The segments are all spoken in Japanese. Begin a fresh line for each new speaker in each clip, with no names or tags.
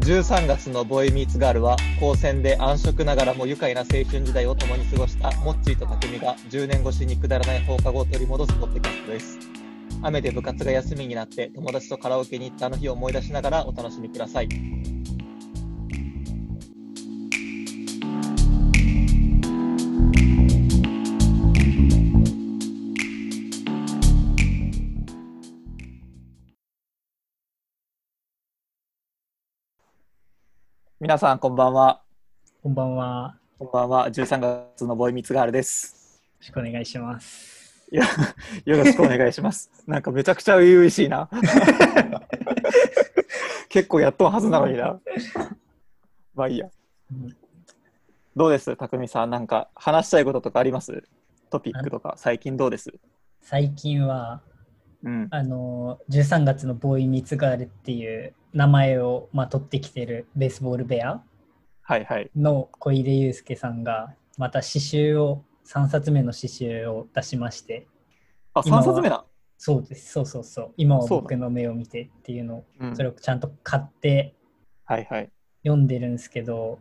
13月のボーイミーツガールは、高専で暗色ながらも愉快な青春時代を共に過ごしたモッチーと匠が10年越しにくだらない放課後を取り戻すポッドキャストです。雨で部活が休みになって友達とカラオケに行ったあの日を思い出しながらお楽しみください。皆さんこんばんは。
こんばんは。よ
こんばんは。13月のボーイミーツガールです。
ろしくお願いします。
いや、よろしくお願いし ます。なんかめちゃくちゃ初々しいな。結構やっとんはずなのにな。まあいいや。
うん
どうですたくみさん、なんか話したいこととかありますトピックとか、最近どうです
最近は、
うん。
あの、13月のボーイ・ミツガールっていう名前を、まあ、取ってきてるベースボールベア
はいはい。
の小出祐介さんが、また詩集を、3冊目の詩集を出しまして、
あ、3
今は
冊目な。
そうです、そうそうそう、今は
そうだ
僕の目を見てっていうのを、
うん
それをちゃんと買って
はいはい。
読んでるんですけど、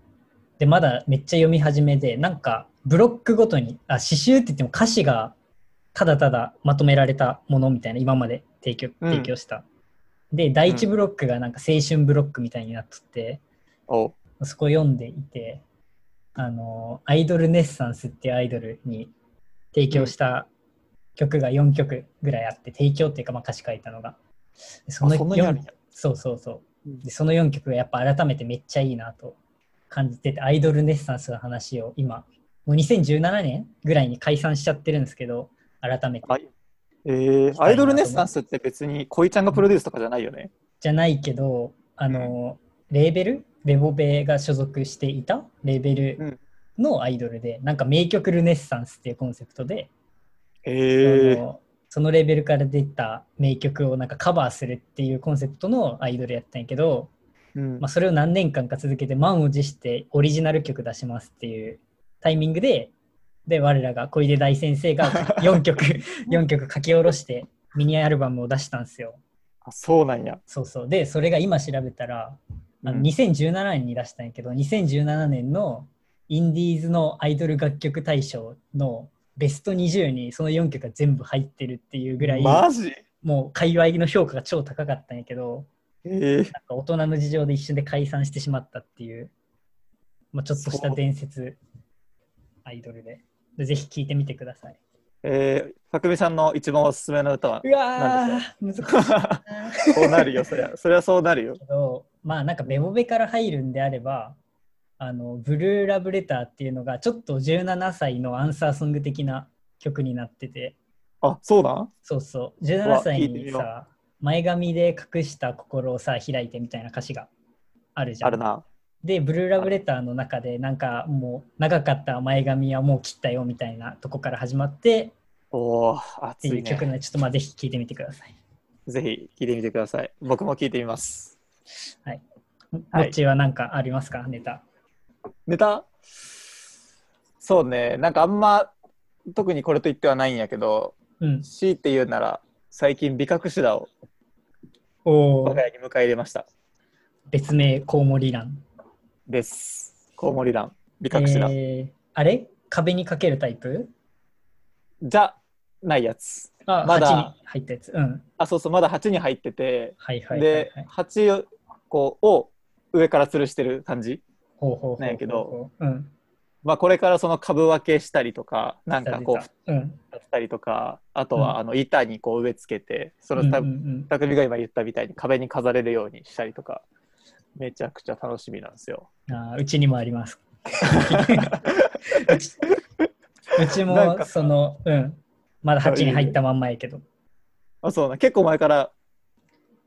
で、まだめっちゃ読み始めで、なんか、ブロックごとに、あ、詩集って言っても歌詞がただただまとめられたものみたいな、今まで提供
うん
提供した。で、第一ブロックがなんか青春ブロックみたいになっとって、
お
そこ読んでいて、あの、アイドルネッサンスっていうアイドルに提供した曲が4曲ぐらいあって、提供っていうか、まあ、歌詞書いたのが。でそ
あ
の
そんなにあるん
4
や。
そうそうそう。
うん
でその4曲がやっぱ改めてめっちゃいいなと感じててアイドルネッサンスの話を今もう2017年ぐらいに解散しちゃってるんですけど改めて
あえー、アイドルネッサンスって別に恋ちゃんがプロデュースとかじゃないよね。
じゃないけどあのレーベルレボベが所属していたレーベルのアイドルで、なんか名曲ルネッサンスっていうコンセプトで、
え
そ
ー、
のそのレーベルから出た名曲をなんかカバーするっていうコンセプトのアイドルやったんやけど、
うん
まあ、それを何年間か続けて満を持してオリジナル曲出しますっていうタイミングでで我らが小出大先生が 4曲4曲書き下ろしてミニアルバムを出したんですよ。
あそうなんや。
そうそうでそれが今調べたらあ
う
の
ん
2017年に出したんやけど2017年のインディーズのアイドル楽曲大賞のベスト20にその4曲が全部入ってるっていうぐらい
マジ
もう界隈の評価が超高かったんやけど。
えー、
なんか大人の事情で一瞬で解散してしまったっていう、まあ、ちょっとした伝説アイドルで。でぜひ聴いてみてください。
えー、たくみさんの一番おすすめの歌は
うわー、難しいな
そうなるよ、そりゃ。そりゃそうなるよ。
けど、まあなんかベボベから入るんであれば、あのブルーラブレターっていうのがちょっと17歳のアンサーソング的な曲になってて、
あ、そうなん
そうそう、
うわ
17歳
聞いてみ
に
よ
さ、前髪で隠した心をさ、開いてみたいな歌詞があるじゃ
あ
ん
る。な。
で、ブルーラブレターの中で、なんかもう長かった前髪はもう切ったよみたいなとこから始まって
おお、
って
熱
い
いう
曲
ね。
なので、ちょっとまあぜひ聴いてみてください。
ぜひ聴いてみてください。僕も聴いてみます。
も
はい
っちは何かありますか、ネタ。
ネタそうね、なんかあんま特にこれと言ってはないんやけど、
うん。
強いて言うなら、最近美隠しだを
お
我
お
が。家に迎え入れました。
別名、コウモリラン。
です。コウモリラン、美隠しだ。
えーあれ壁にかけるタイプ
じゃないやつ。
あ、
まだ
鉢に入ったやつ。うん。
あ、そうそう、まだ鉢に入ってて、
はいはいはい、は
で
い。、
鉢をこうを上から吊るしてる感じ。
ほうほうほうほう。
なんやけど。
うん。
まあ、これからその株分けしたりとか、なんかこう
出、た出たうん。
やったりとかあとは
うん
あの板にこう植え付けて、そのた
うんうん
匠が今言ったみたいに壁に飾れるようにしたりとかめちゃくちゃ楽しみなんですよ。
うんあーうちにもあ ります。うちうち
なんか
も
さ
そのうんまだ鉢に入ったまんまやけど
あそうな結構前から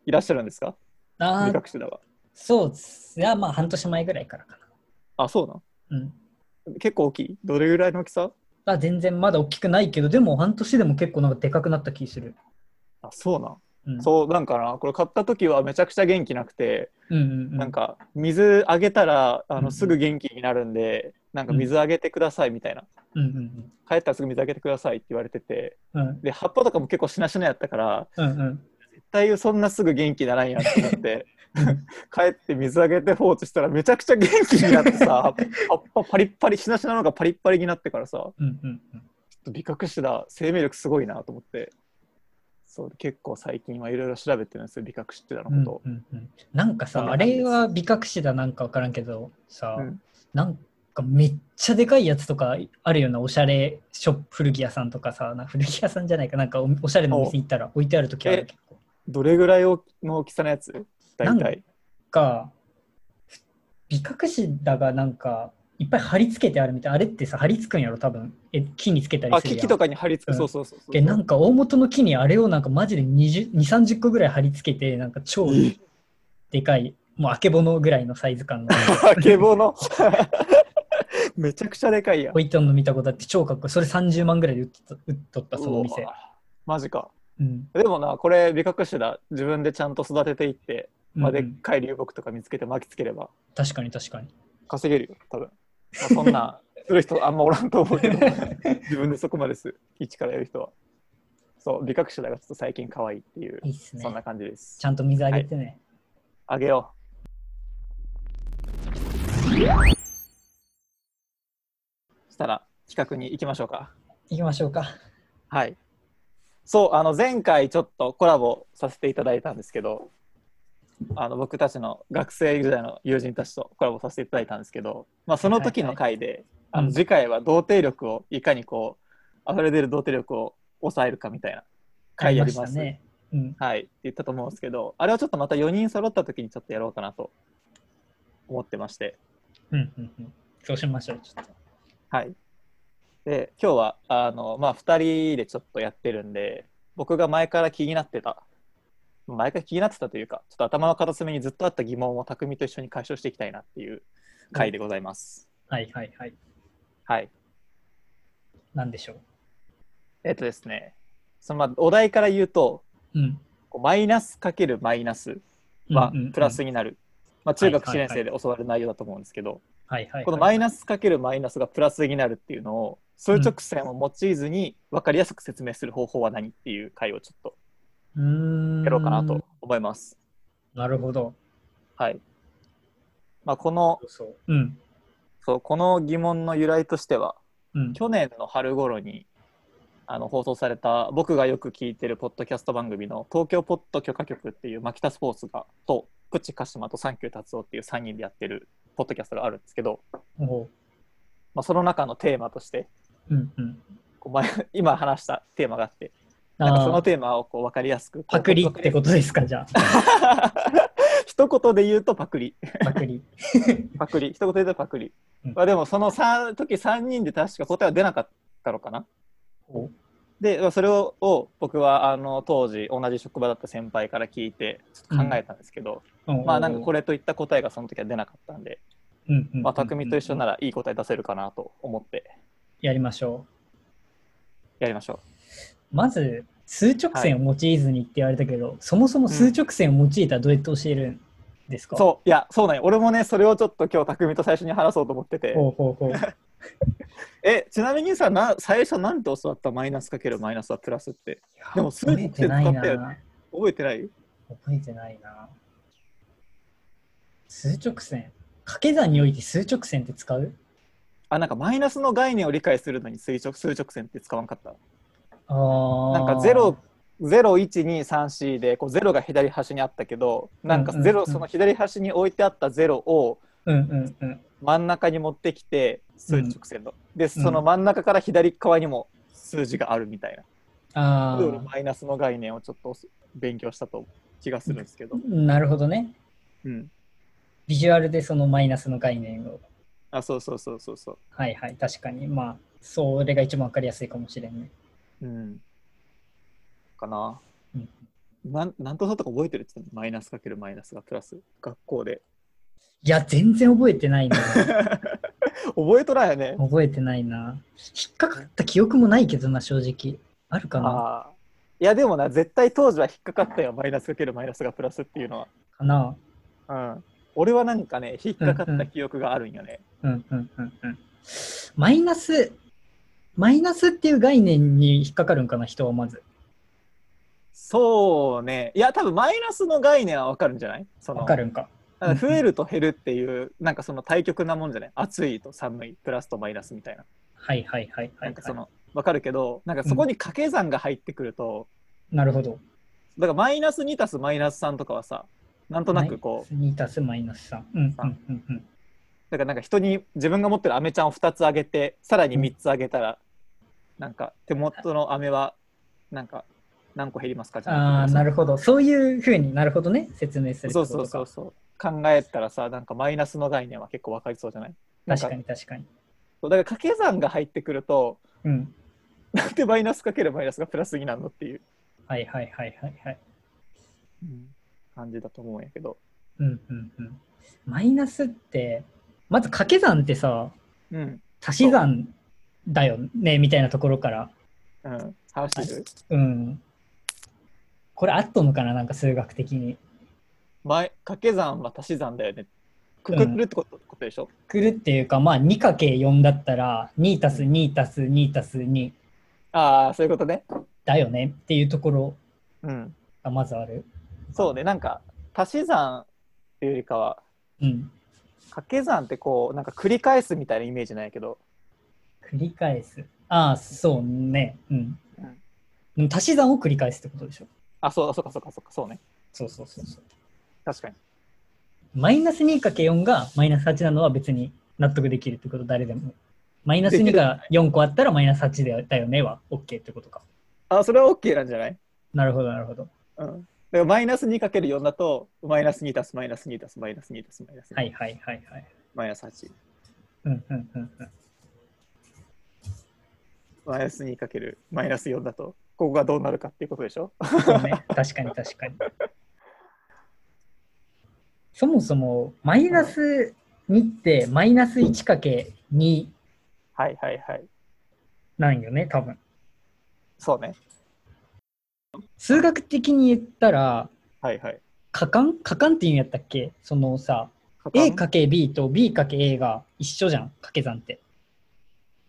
いらっしゃるんですか
あ
目
ー
隠しだわ。
そうっすいやまあ半年前ぐらいからか
あそうな
なうん
ん結構大きいどれぐらいの大きさ
あ全然まだ大きくないけどでも半年でも結構なんかでかくなった気する、
あそうなん、
うん、
そうなんかなこれ買った時はめちゃくちゃ元気なくて、
う、うんうんうん、
なんか水あげたらあ
うんう
の
ん
すぐ元気になるんで、なんか水あげてくださいみたいな、
うんうん
帰ったらすぐ水あげてくださいって言われてて
うんうん
で葉っぱとかも結構しなしなやったから
うんうん
絶対そんなすぐ元気ならんやんってなって 帰って水あげて放置したらめちゃくちゃ元気になって さ葉っぱパリッパリしなしなのがパリッパリになってからさちょ
うんうんうん。
っと美覚種だ生命力すごいなと思ってそう結構最近はいろいろ調べてるんですよ美覚種だ
うん
のこ
うんうん、なんか
こん
さ、
な
あ
感じ
れは美覚子だなんか分からんけどさ、
うん
なんかめっちゃでかいやつとかあるようなおしゃれショップ古着屋さんとかさな古着屋さんじゃないかなんかおおしゃれなお店行ったら置いてある時ある
え
結構
とどれぐらいの大きさのやつ
な
大
ん
体
か美覚子だがなんかいっぱい貼り付けてあるみたいあれってさ貼り付くんやろ多分え木につけたり
あ
す
木
るやん
々とかに貼り付く、
うん
そうそうそうそう
えなんか大元の木にあれをなんかマジで2 0 3 0個ぐらい貼り付けてなんか超
え
でかいもうあけぼのぐらいのサイズ感の
あけぼの めちゃくちゃでかいやん
置いてあるの見たことあって超かっこいいそれ30万ぐらいで売っとった売っとったそのお
う
店
わマジか
うん、
でもなこれ美覚種だ自分でちゃんと育てていって、まあ、
うん
で
う
っ
ん
かい流木とか見つけて巻きつければ
確かに確かに
稼げるよ多分、まあ、そんなする 人あんまおらんと思うけど自分でそこまです一からやる人はそう美覚種だがちょっと最近可愛いっていう
いいっすね
そんな感じです
ちゃんと水あげてね、
あげようしたら企画に行きましょうか
行きましょうか
はい。そう、あの前回ちょっとコラボさせていただいたんですけど、あの僕たちの学生時代の友人たちとコラボさせていただいたんですけど、まあ、その時の回で、あ
う
の
ん
次回は童貞力をいかにこう溢れ出る童貞力を抑えるかみたいな回やります。
ねうん、
はい、って言ったと思うんですけど、あれはちょっとまた4人揃った時にちょっとやろうかなと思ってまして、
うんうんうんそうしましょうちょっと
はい。で、今日は、あの、まあ、2人でちょっとやってるんで、僕が前から気になってた、前から気になってたというか、ちょっと頭の片隅にずっとあった疑問を匠と一緒に解消していきたいなっていう回でございます。
はいはいはい
はい。
なんでしょ
えっとですね、そのまあお題から言うと、
ううん
こうマイナスかけるマイナスは
うんうんうん
プラスになる。まあ、中学
は
1
いはい
年
はい
生で教わる内容だと思うんですけど、
はいはいはい
このマイナスかけるマイナスがプラスになるっていうのを数直線を用いずに分かりやすく説明する方法は何っていう回をちょっと
うーん
やろうかなと思います。
なるほど
はい。まあ、この
そうそううん
そうこの疑問の由来としては
うん
去年の春頃にあの放送された僕がよく聞いてるポッドキャスト番組の東京ポッド許可局っていうマキタスポーツがとプチカシマとサンキュー達夫っていう3人でやってるポッドキャストがあるんですけど、
おう
まあ、その中のテーマとして
うんうん
こう前今話したテーマがあってなんかそ
あ
の
ー
テーマをこう分かりやすく。
パクリってことですかじゃ あ
一言で言うとパク リ。
パクリ
パクリ。一言で言うとパクリ。
うん
まあ、でもそのさ時3人で確か答えは出なかったのかな。
おう
で、まあそれをを僕はあの当時同じ職場だった先輩から聞いてちょっと考えたんですけど、まあなんかこ
れ、
れといった答えがその時は出なかったんで、
うんうんうんうん
まあ匠と一緒ならいい答え出せるかなと思って
やりましょ
やりましょ
うまず数直線を用いずにって言われたけど、そもそも数直線を用いたらどうやって教えるんです
う。
か
そう、いや、そうなんよ俺もね、それをちょっと今日匠と最初に話そうと思ってて。
ほうほうほう。
えちなみにさな最初なんて教わったマイナスかけるマイナスはプラスって でも数
覚
値
え
って
て
使っ
な
た
い
よ
な。
ね
覚
覚えてない
えてないな。数直線。掛け算において数直線って使う
あなんかマイナスの概念を理解するのに垂直数直線って使わんかった
あー
なんか0 0123でこう0が左端にあったけどなんか
うんうんうん
0その左端に置いてあった0を
うんうんうん。
真ん中に持ってきて数直線の、でその真ん中から左側にも数字があるみたいな、
あ
で俺
あ。
マイナスの概念をちょっと勉強したと気がするんですけど、
なるほどね。
うん、
ビジュアルでそのマイナスの概念を。
あそうそうそうそうそう
はいはい。確かに。まあ、それが一番わかりやすいかもしれんね。
うん。かな。
うん
なんなんとなく覚えてるって言ってたのマイナスかけるマイナスがプラス学校で
いや、全然覚えてないな。
覚えとらんよね
覚えてないな。引っかかった記憶もないけどな、正直。あるかな
ああいやでもな絶対当時は引っかかったよマイナスかけるマイナスがプラスっていうの
かな
は、うん、俺はなんかね引っかかった記憶があるんよね、
うんうんうんうんマイナス、マイナスっていう概念に引っかかるんかな、人はまず。
そうね。いや、多分マイナスの概念はわかるんじゃないその
わかるんか。
なんか増えると減るっていう、なんかその対極なもんじゃない暑いと寒い、プラスとマイナスみたいな。
はいはいはいはい、
なんかそ
は
の、わかるけど、なんかそこに掛け算が入ってくると、
い。なるほど。
だからマイナス2足すマイナス3とかはさ、なんとなくこう、
2足すマイナス3。うんうんうんうん。
だからなんか人に自分が持ってる飴ちゃんを2つあげて、さらに3つあげたら、なんか手元の飴は、なんか何個減りますかじゃ
ああ、
くて
なるほど。そういうふうになるほどね、説明するって
そ
こ
う
と
そ
か。
うそうそう。考えたらさ、なんかマイナスの概念は結構わかりそうじゃないなん
確かに確かに。
そうだから掛け算が入ってくると、
うん。
なんでマイナスかけるマイナスがプラスになるのっていう
はいはいはいはいはい。
感じだと思うんやけど。
うんうんうん。マイナスって、まず掛け算ってさ、
うん。
足し算だよね、みたいなところから。
うん。話してる
うん。これあっとんのかな、なんか数学的に。
前、掛け算は足し算だよね。くくるってこと,、ことでしょ
くるっていうか、まあ 2×4 だったら、2足す2足す2足す2
ああ、そういうことね。
だよねっていうところ
うん。
がまずある。
そうね。なんか、足し算っていうよりかは、
うん。
掛け算ってこう、なんか繰り返すみたいなイメージなんやけど。
繰り返す。ああ、そうね。うん
う。
でも足し算を繰り返すってことでしょ。
あ、そうそうかそうかそうか、そうね。
そうそうそうそう。
確かに。
マイナス 2×4 がマイナス8なのは別に納得できるってこと、誰でも。マイナス2が4個あったらマイナス8だよねは OK ってことか。
あ、それは OK なんじゃない
なるほど、なるほど。
うん。だからマイナス 2×4 だと、マイナス2足すマイナス2足すマイナス2足すマイナス2、
はいはいはいはい。
マイナス8。
うんうんうんうん。
マイナス2かけるマイナス4だと、ここがどうなるかっていうことでしょ
そう ね、確かに確かに。そもそもマイナス2ってマイナス 1×2
はいはいはい。
なんよね、多分。
そうね。
数学的に言ったら、
はいはい。
可感可感っていうんやったっけそのさ、A かけ B と B かけ A が一緒じゃん、掛け算って。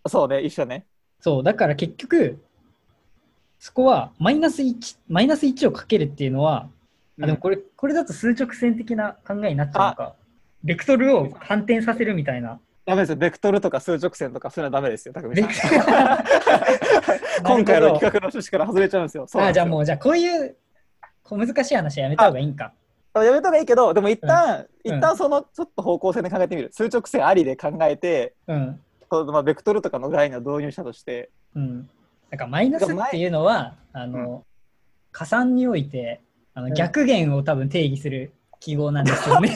そうね、一緒ね。
そう、だから結局、そこはマイナス1、マイナス1をかけるっていうのは、あでもこれ、これだと数直線的な考えになっちゃうのか。ベクトルを反転させるみたいな。
ダメですよ。ベクトルとか数直線とか、そういうのはダメですよ、たくみ
ベ
さん
ク。ト ル
今回の企
なるほど
画の趣旨から外れちゃうんですよ。そう
あ、じゃあ
う。
もう、じゃあこういう、こう難しい話はやめた方がいいんか。
やめた方がいいけど、でも一旦、
うん
一旦そのちょっと方向性で考えてみる。数直線ありで考えて、
うん。
そのまあ、ベクトルとかの概念を導入したとして、
うん。だからマイナスっていうのは、あの、加算において、あ
うん
の逆減を多分定義する記号なんです よね。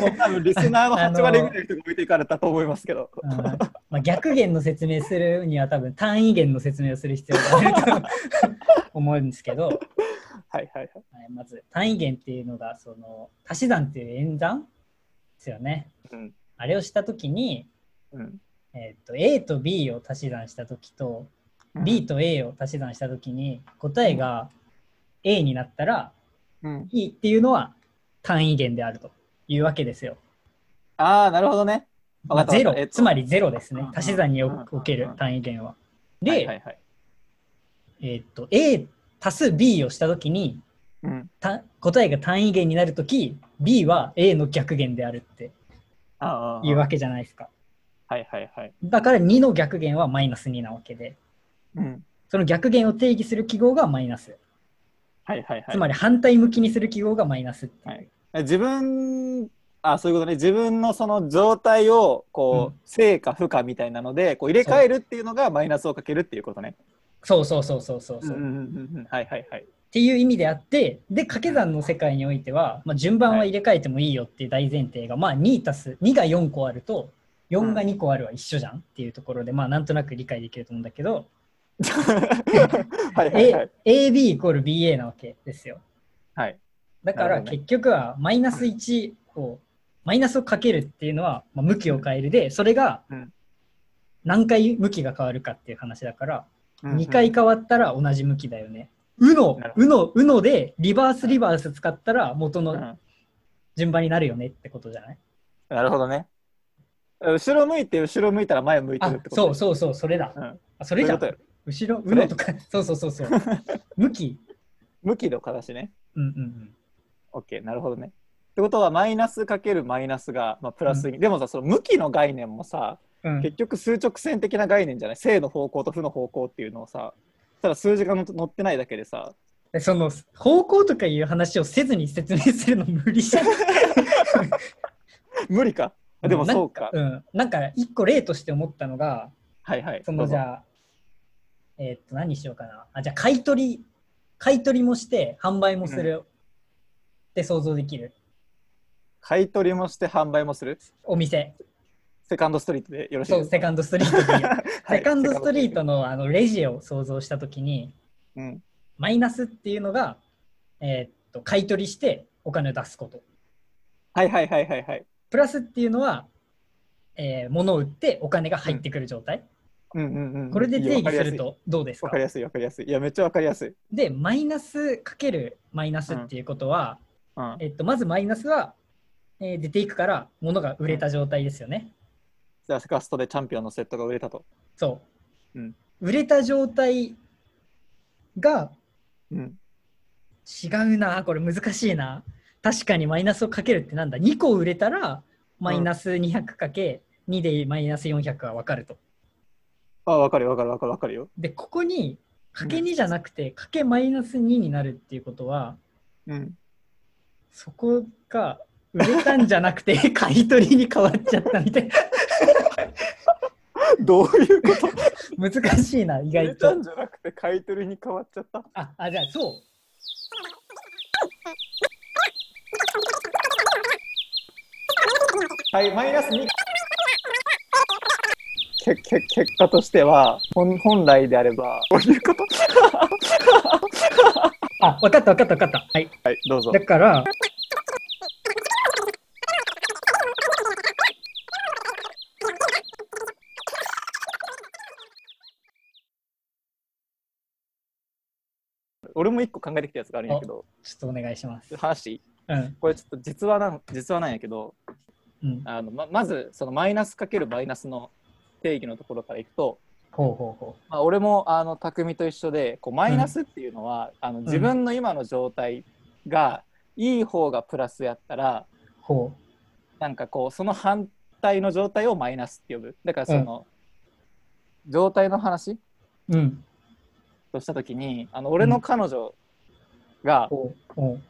もう多分リスナーの8割ぐらいの人が置いていかれたと思いますけど。
うんまあ、逆減の説明するには多分単位減の説明をする必要があると思うんですけど、はい
はいはいはい。
まず単位減っていうのがその足し算っていう演算ですよね。
うん。
あれをした時に、
うん。
えっと A と B を足し算した時と B と A を足し算した時に答えが A になったら
うん。
E っていうのは単位減であるというわけですよ。
ああ、なるほどね。わかった
ゼロ
わかったえっ、と
つまりゼロです
うん
ね
う。ん
足し算におおけ
うん
る
うん
単位減は。
は
で
い、はいはい
えーっと A 足す B をしたときに
うん、
た答えが単位減になるとき B は A の逆減であるって
ああ
いうわけじゃないですか
はいはいはい。
だから2の逆減はマイナス2なわけで
うん。
その逆減を定義する記号がマイナス
はいはいはい。
つまり反対向きにする記号がマイナスっていう、
はい自分、あそういうことね。自分のその状態を、こう、成果、負荷みたいなので、こう入れ替えるっていうのがマイナスをかけるっていうことね。
そうそうそうそうそうそう、
うんう
っ
んうんうん。はいはい はい。
ていう意味であってで掛け算の世界においては、まあ、順番は入れ替えてもいいよっていう大前提が、まあ2足す2が4個あると4が2個あるは一緒じゃんっていうところでまあなんとなく理解できると思うんだけど、
はいはいは
A
い。
AB イコール BA なわけですよ。
はい。
だか
なる
ら
ほどね
結局はマイナス1を、マイナスをかけるっていうのは、まあ、向きを変えるで、それが
うん
何回向きが変わるかっていう話だから、
うんうん
2回。変わったら同じ向きだよね。うの
なる、ほ
うの、うのでリバースリバース使ったら元
う
の
ん
順番になるよねってことじゃない
なるほどね。後ろ向いて、後ろ向いたら前向いてる
あ
って、こと
そうそうそう、それだ。
うん
あそれじゃん
そういうこ
後ろ、
そうれ
のとか、そうそうそうそう。向き
向きの形ね。
うんうんうん。
OK、なるほどね。ってことは、マイナスかけるマイナスが、まあ、プラスに、でもさ、その向きの概念もさ、
うん
結局数直線的な概念じゃない正の方向と負の方向っていうのをさただ数字がの載ってないだけでさ
でその方向とかいう話をせずに説明するの無理じゃん
無理かあでもそうか
なんうん、なんか一個例として思ったのが
はいはい
そのじゃあえーっと何にしようかなあじゃあ買い取り買い取りもして販売もするって想像できる
買い取りもして販売もする
お店
セカンドストリートでよろしい
そう
ですか
セカンドストリートでいう
はい
セカンドストリートのあのレジを想像した時に
うん
マイナスっていうのが、えーっと買い取りしてお金を出すこと
はいはいはいはいはい
プラスっていうのは、えー物を売ってお金が入ってくる状態、
うんうんうん
これで定義するとどうです
わ
か
かりやすいわかりやすいいやめっちゃわかりやすい
でマイナスかけるマイナスっていうことは、
うん
えっと、まずマイナスは、えー出ていくから物が売れた状態ですよね、
じゃあセカストでチャンピオンのセットが売れたと
そう、
うん
売れた状態が
うん
違うなこれ難しいな確かにマイナスをかけるってなんだ2個売れたらマイナス200かけ2でマイナス400は分かると
あわかるわかるわかるわかるよ
でここにかけ
うん
2じゃなくてかけマイナス2になるっていうことは
うん
そこが売れたんじゃなくて買い取りに変わっちゃった みたいな
どういう こと
難しいな意
売れ
外
た
と
んじゃなくて買い取りに変わっちゃった
ああじゃあそう
はい、マイナス2。けけ結果としては本、本来であれば、こういうこと
あ分かった分かった分かったはい
はい、どうぞ。
だから
俺も一個考えてきたやつがあるんやけど、
ちょっとお願いします
話していい
うん
これちょっと実はなん、実はなんやけど、
うん
あのままず、そのマイナスかけるマイナスの定義のところからいくと、
ほうほうほ
まあ、俺もあの匠と一緒でこうマイナスっていうのは、あの自分の今の状態がいい方がプラスやったら、
うほ
なんかこうその反対の状態をマイナスって呼ぶだからその、状態の話
ううん
とした時にあの俺の彼女が、
ほうほう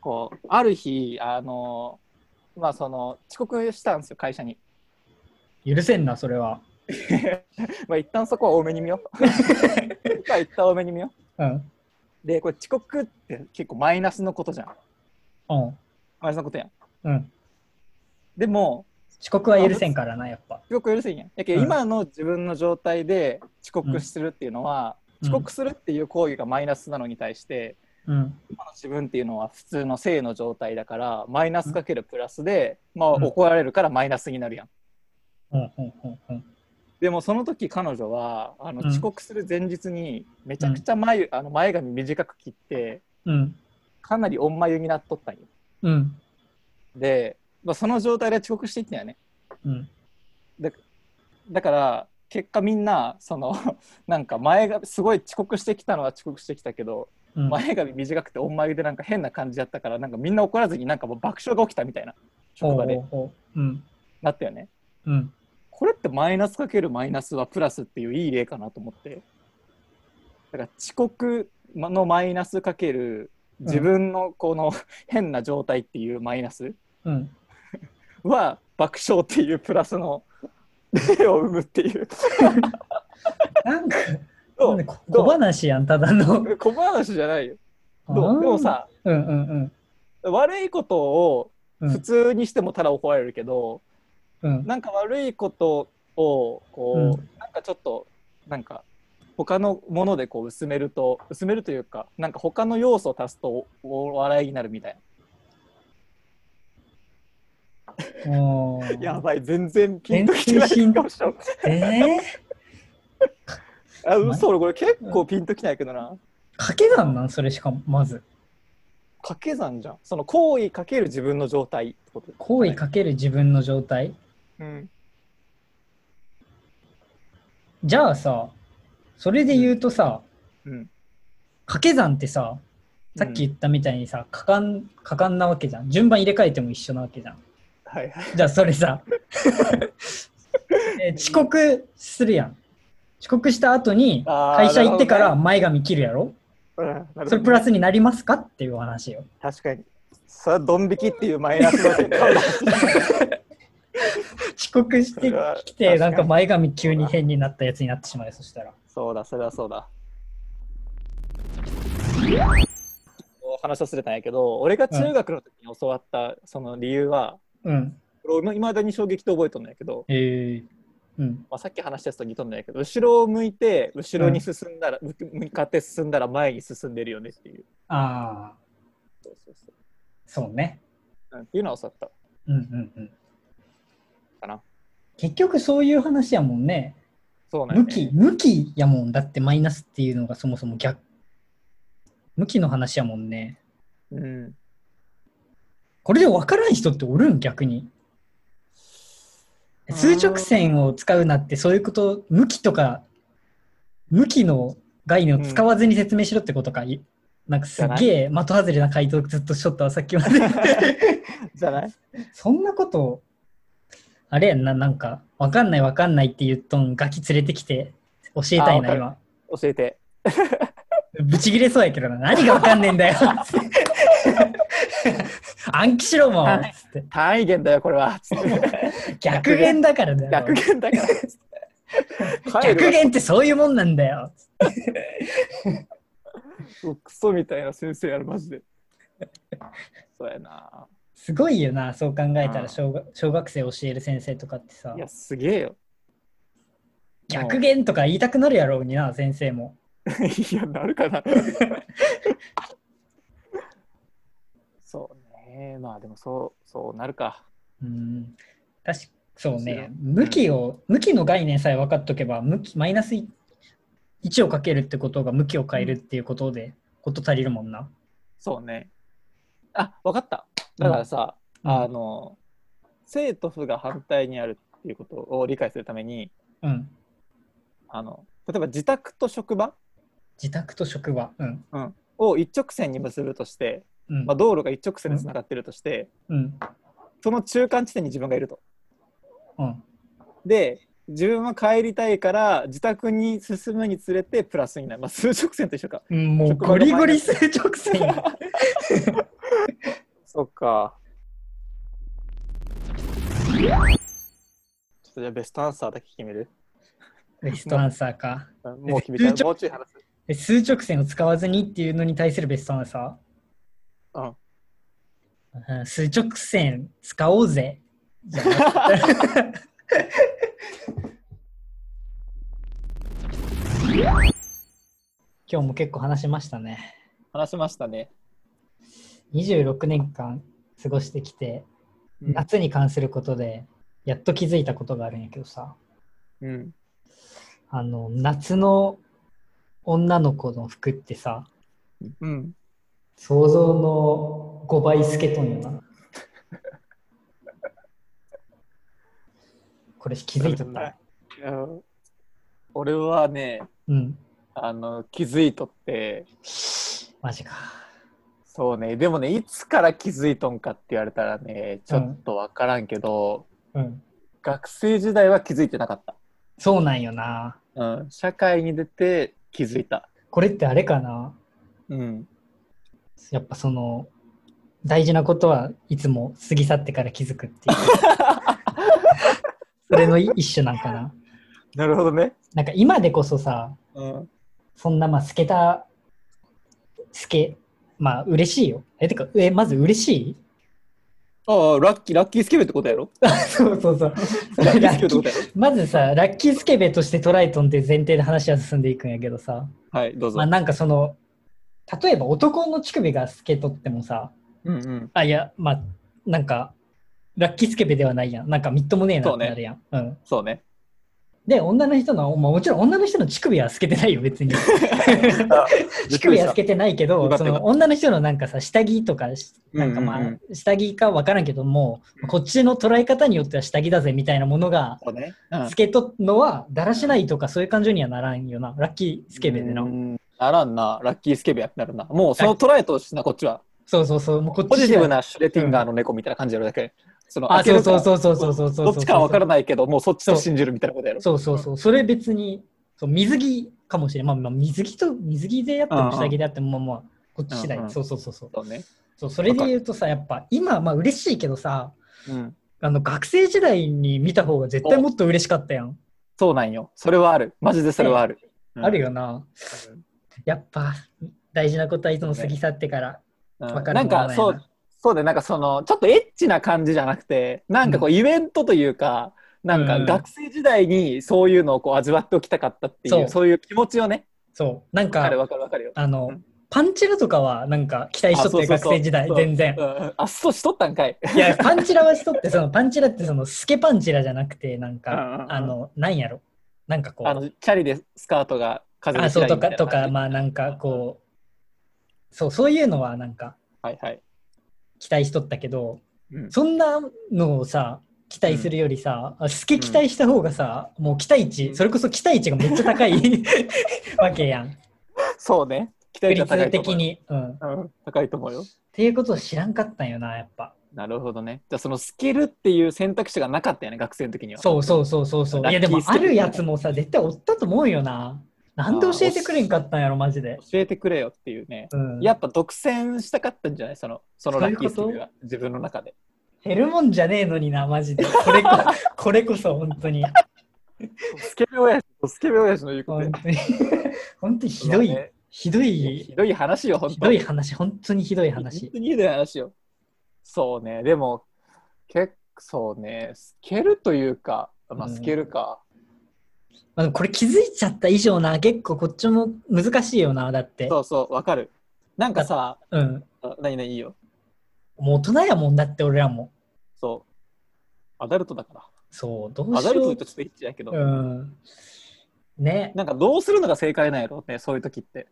こうある日あのまあその遅刻したんですよ会社に
許せんなそれは
まあ一旦そこは多めに見よ うまあ一旦多めに見よ
うん
うでこれ遅刻って結構マイナスのことじゃん
うん
マイナスのことやん
うん
でも
遅刻は許せんからなやっぱ
遅刻許せんやんやけ、
うん
今の自分の状態で遅刻するっていうのは、
うん
遅刻するっていう行為がマイナスなのに対して、
うん
今の自分っていうのは普通の正の状態だからマイナスかけるプラスで、まあ、
うん
怒られるからマイナスになるやん。
うんうんうんうん
でもその時彼女はあの
うん
遅刻する前日にめちゃくちゃ眉、あの前髪短く切って
うん
かなりおんまゆになっとったんよ。
うん
で、まあ、その状態で遅刻していったんやね。
うん
だから結果みんなその なんか前がすごい遅刻してきたのは遅刻してきたけど
うん
前髪短くておんまゆでなんか変な感じやったからなんかみんな怒らずになんかもう爆笑が起きたみたいな職場で
ほうほうほううん
なったよね。
うん
これってマイナスかけるマイナスはプラスっていういい例かなと思ってだから遅刻のマイナスかける自分のこの変な状態っていうマイナス
うん
は爆笑っていうプラスの例を生むっていう
なんか、
ど
なん
う
かこ
どう
小話やん、ただの。
小話じゃないよど
あ
う
ー
でも、さ
うんうん
悪いことを
うん。う
普
ん
通にしてもただ怒られるけど、
うん
なんか悪いことをこう、
うん
なんかちょっとなんか他のものでこう薄めると薄めるというかなんか他の要素を足すとおお笑いになるみたい
お
な、
ー
やばい全然ピンときてない
全然
かもしれない
え
あ嘘俺これ結構ピンときてないけどな
ー、掛け算なんそれしかも、まず。
掛け算じゃんその行為かける自分の状態ってこと
行為かける自分の状態。
うん
じゃあさ、それで言うとさ、
うん
掛け算ってさ、さっき言ったみたいにさ、果敢、果敢なわけじゃん。順番入れ替えても一緒なわけじゃん。
はいはい。
じゃあそ れさ、えー遅刻するやん。遅刻した後に
あー
会社行ってか
なる
ら前髪切るやろ、
うんなるほどね
それプラスになりますかっていうお話よ。
確かに。さあ、ドン引きっていうマイナスの 結果を出す
遅刻し
そ
て
れは
きて、
確かに
なんか前髪急に変になったやつになってしまうよ、そしたら。
そうだ、それはそうだ。お話忘れたんやけど、俺が中学の時に教わったその理由は、
うん。
俺いまだに衝撃と覚えとんのやけど、
えー、うん。
まあ、さっき話した人にとんのやけど、後ろを向いて、後ろに進んだら、向向かって進んだら前に進んでるよねっていう。
ああ、
そうそうそ
そうね。
ううんっていうのは教わった
うんうんうん。
かな。
結局そういう話やもんね。
そうなんや
向
ね
き、向きやもん。だってマイナスっていうのがそもそも逆。向きの話やもんね。
うん。
これで分からん人っておるん逆に。
あー
数直線を使うなってそういうこと、向きとか、向きの概念を使わずに説明しろってことか。いなんかすっげえ的外れな回答ずっとしとったわ、さっきま で。
じゃない
そんなこと、あれやんな、なんか、分かんない分かんないって言っとん、ガキ連れてきて教えたいな、
あ
今。
教えて。
ぶち切れそうやけどな、何が分かんねえんだ よ。つって暗記しろもん、つって。
単位元だよ、これは。つって
逆言だからだよ。
逆元だから。帰る
逆
わ
言ってそういうもんなんだよ。
そうクソみたいな先生やるマジ でそうやな
すごいよな、そう考えた
うん
ら小学小学生教える先生とかってさ
い、やすげえよ
逆言とか言いたくなるやろうにな、先生も。
いやなるかな そうねまあでもそうそうなるか
うん。確かそう
そうで、
ね向きを、向きの概念さえ分かっとけば、向き、マイナス1をかけるってことが向きを変えるっていうことで、こと足りるもんな。
そうねあわかっただからさ、
うん
あの正と負が反対にあるっていうことを理解するために
うん。
あの例えば自宅と職場
自宅と職場。うん。
を一直線に結ぶとして、
うん
まあ、。道路が一直線でつながってるとして、
うん。
その中間地点に自分がいると
うん。
で自分は帰りたいから自宅に進むにつれてプラスになる、まあ、数 直線と一緒か
うんもうゴリゴリ数直 線や。
そっかちょっとじゃあベストアンサーだけ決める
ベストアンサーか。
もう決めちゃ
数
うもうちょい話す
え数直線を使わずにっていうのに対するベストアンサ
うん
ー、うん、数直線使おうぜ。じゃあ 今日も結構話しましたね。
話しましたね、
26年間過ごしてきて、夏に関することで、やっと気づいたことがあるんやけどさ、
うん、
あの、夏の女の子の服ってさ、
うん、
想像の5倍透けとんよ な。これ気づいとっ
なる
た。
いや俺はね
うん。
あの気づいとって
マジか。
そうねでもねいつから気づいとんかって言われたらねちょっと分からんけど、
うん。
学生時代は気づいてなかった
そうなんよな。
うん、社会に出て気づいた。
これってあれかな
うん、
やっぱその、大事なことはいつも過ぎ去ってから気づく っていう。それの一種なんかな。
なるほどね。
なんか今でこそさ、
うん、
そんなまあ透けた、透け、まあ嬉しいよ。え、てか、え、まず嬉しい
ああ、ラッキー、ラッキースケベってことや ろ
そうそうそう。
ラッキースケベってことやろ
まずさ、ラッキースケベとしてトライトンっていう前提で話は進んでいくんやけどさ、
はい、どうぞ。
まあなんかその、例えば男の乳首が透けとってもさ、
うんうん。
あ、いや、まあ、なんか、ラッキースケベではないやん。なんかみっともねえなってなるやん。うん。
そう ね。
で、女の人の、まあ、もちろん女の人の乳首は透けてないよ、別 に。乳首は透けてないけ
よかっ
ど、
た
そ
よかった
の女の人のなんかさ、下着とかし、なんかま
うんうん
あ、下着かわからんけども、こっちの捉え方によっては下着だぜみたいなものが、
そうね。うん
スケとのはだらしないとかそういう感情にはならんよな。ラッキースケベでな。
うんならんな、ラッキースケベやってなるな。もうその捉えとしてな、こっちは。
そうそうそう、もうこっち
ポジティブ
な。
なシュレティンガーの猫みたいな感じやるだけ。その
あ、そうそう
う。
そうそうそうそうそう。
どっちかは分から
い。
ないけど、もうそっちと信じるみたいなことやろ。
そうそうそう。それ別に、そう水着かもしれない。まあ、まあ、水着と、水着でやって
うんうん
も下着でやっても、まあまあ、こっち次
うんう
第。
ん
そうそうそうそう。
そうね。
そう、それで言うとさ、やっぱ今、まあ嬉しいけどさ、
うん。
あの学生時代に見た方が絶対もっと嬉しかったやん。
そうなんよ。それはある。マジでそれはある。うん
あるよな。やっぱ大事なことはいつも過ぎ去ってから。
うん
わかる
なん
も
か
の
そ
や
う
な
そうでなんかそのちょっとエッチな感じじゃなくてなんかこうイベントというか、なん
う
か
ん
学生時代にそういうのをこう味わっておきたかったっていう、
そう
そういう気持ちをね
そう。なん
わかる
か、
わかるわかるよ。
あの
うん、
パンチラとかはなんか期待しとったよ、
あ
学生時代、全然。
そううんあっそうしとったんかい。
いや、パンチラはしとって、そのパンチラってそのスケパンチラじゃなくて、な
う
ん
んうん
か
う、ん
あの、なんやろ。なんかこ
あ
う、
のチャリでスカートが風に
あ、そう
開いて
と
みたい
か、
な
とか、まあなんかこう、そう、そういうのはなんか
はいはい。
期待しとったけど、
うん
そんなのをさ、期待するよりさ、あ好き期待した方がさ、もう期待値、
うん
それこそ期待値がめっちゃ高い わけやん。
そうね。期
確
待値が高
率
いと思
的
うよ。
に、うん。っ
うん、高いと思うよ。
ていうことを知らんかったんよな、やっぱ。
なるほどね。じゃあそのスキルっていう選択肢がなかったよね、学生の時には。
そうそうそうそうそう。いや、
ラ
で
ッ
も
キース
あ
テップ
るやつもさ、絶対おったと思うよな。なんで教えてくれんかったんやろ、マジで。
教えてくれよっていうね。
うん。
やっぱ独占したかったんじゃないそのそのラッキースキルが自分の中で。
減るもんじゃねえのにな、マジで。これここれこそ、本当に。
スケベ親父スケベ親父の言うこと
本
で
当に。 本当にひどい。ひど
ひ
い。
どい話よ、本
ひ
当
ど
に。
い話、本当にひどい話
本。当にひどい話よ。そうね、でも、結構そうね、スケるというか、まあ、
うん
スケるか。
まあ、でもこれ気づいちゃった以上な結構こっちも難しいよなだって、
そううそう、わかる。なんかさ、
ん、
あ何々いいよ。
もう大人やもんだって俺らも
そう。アダルトだか
そうど
ら。
う
ア
し
ダル
よ
ト
う
として一致やけど、
うんね
なんかどうするのが正解なんやろうね、そういう時って。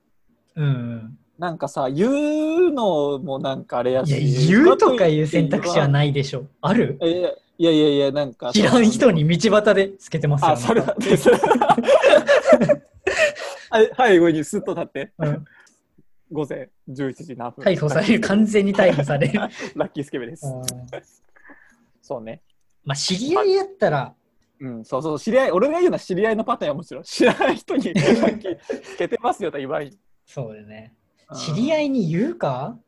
うん
なんかさ、言うのもなんかあれや
い
し。
や言うとかいう選択肢はないでしょある
いやいやいやいや、なんか。
知らん人に道端でつけてますよ
あ、それ
あな
だ
た。
それはい背後にスッと立って、
うん、
午前11時何分。
逮捕される完全に逮捕される、うん
ラッキースケベです。そうね。
まあ知り合いやったら
うん、そうそう、知り合い、俺が言うのは知り合いのパターンはもちろん、知らない人にラッキーつけてますよと言わん。
そうだよね知り合
い
いに言うか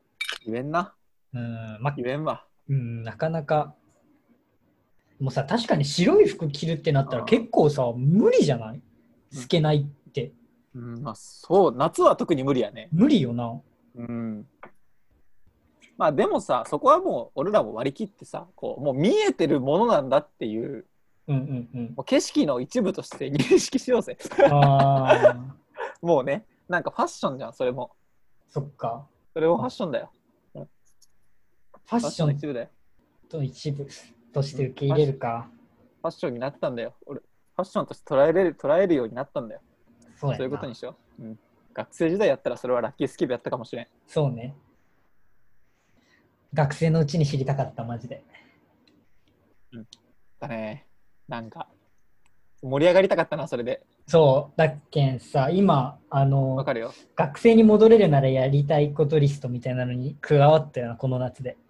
言えんな。
うんまあ
言えんわ。
うん、なかなか。もうさ、確かに白い服着るってなったら
うん
結構さ、無理じゃない透けないって。
うん、まあそう、夏は特に無理やね。
無理よな。
うん。まあでもさ、そこはもう俺らも割り切ってさ、こう、もう見えてるものなんだっていう、
うんうんうん。
もう景色の一部として認識しようぜ。
ああ、
もうね、なんかファッションじゃん、それも。
そっか。
それもファッションだよ。
ファ
ファ
ッ
ッ
シ
ション
ョ
の
ン
一部だよ。
と一部として受け入れるか。
ファッションになったんだよ。俺、ファッションとして捉えれる、捉えるようになったんだよ。
そうやな
そういうことにしよう。うん。学生時代やったらそれはラッキースキルやったかもしれん。
そうね。学生のうちに知りたかった、マジで。
だね。なんか、盛り上がりたかったな、それで。
そう、だっけんさ、今、あ
わ
の
か、るよ。
学生に戻れるならやりたいことリストみたいなのに加わったよな、この夏で。
「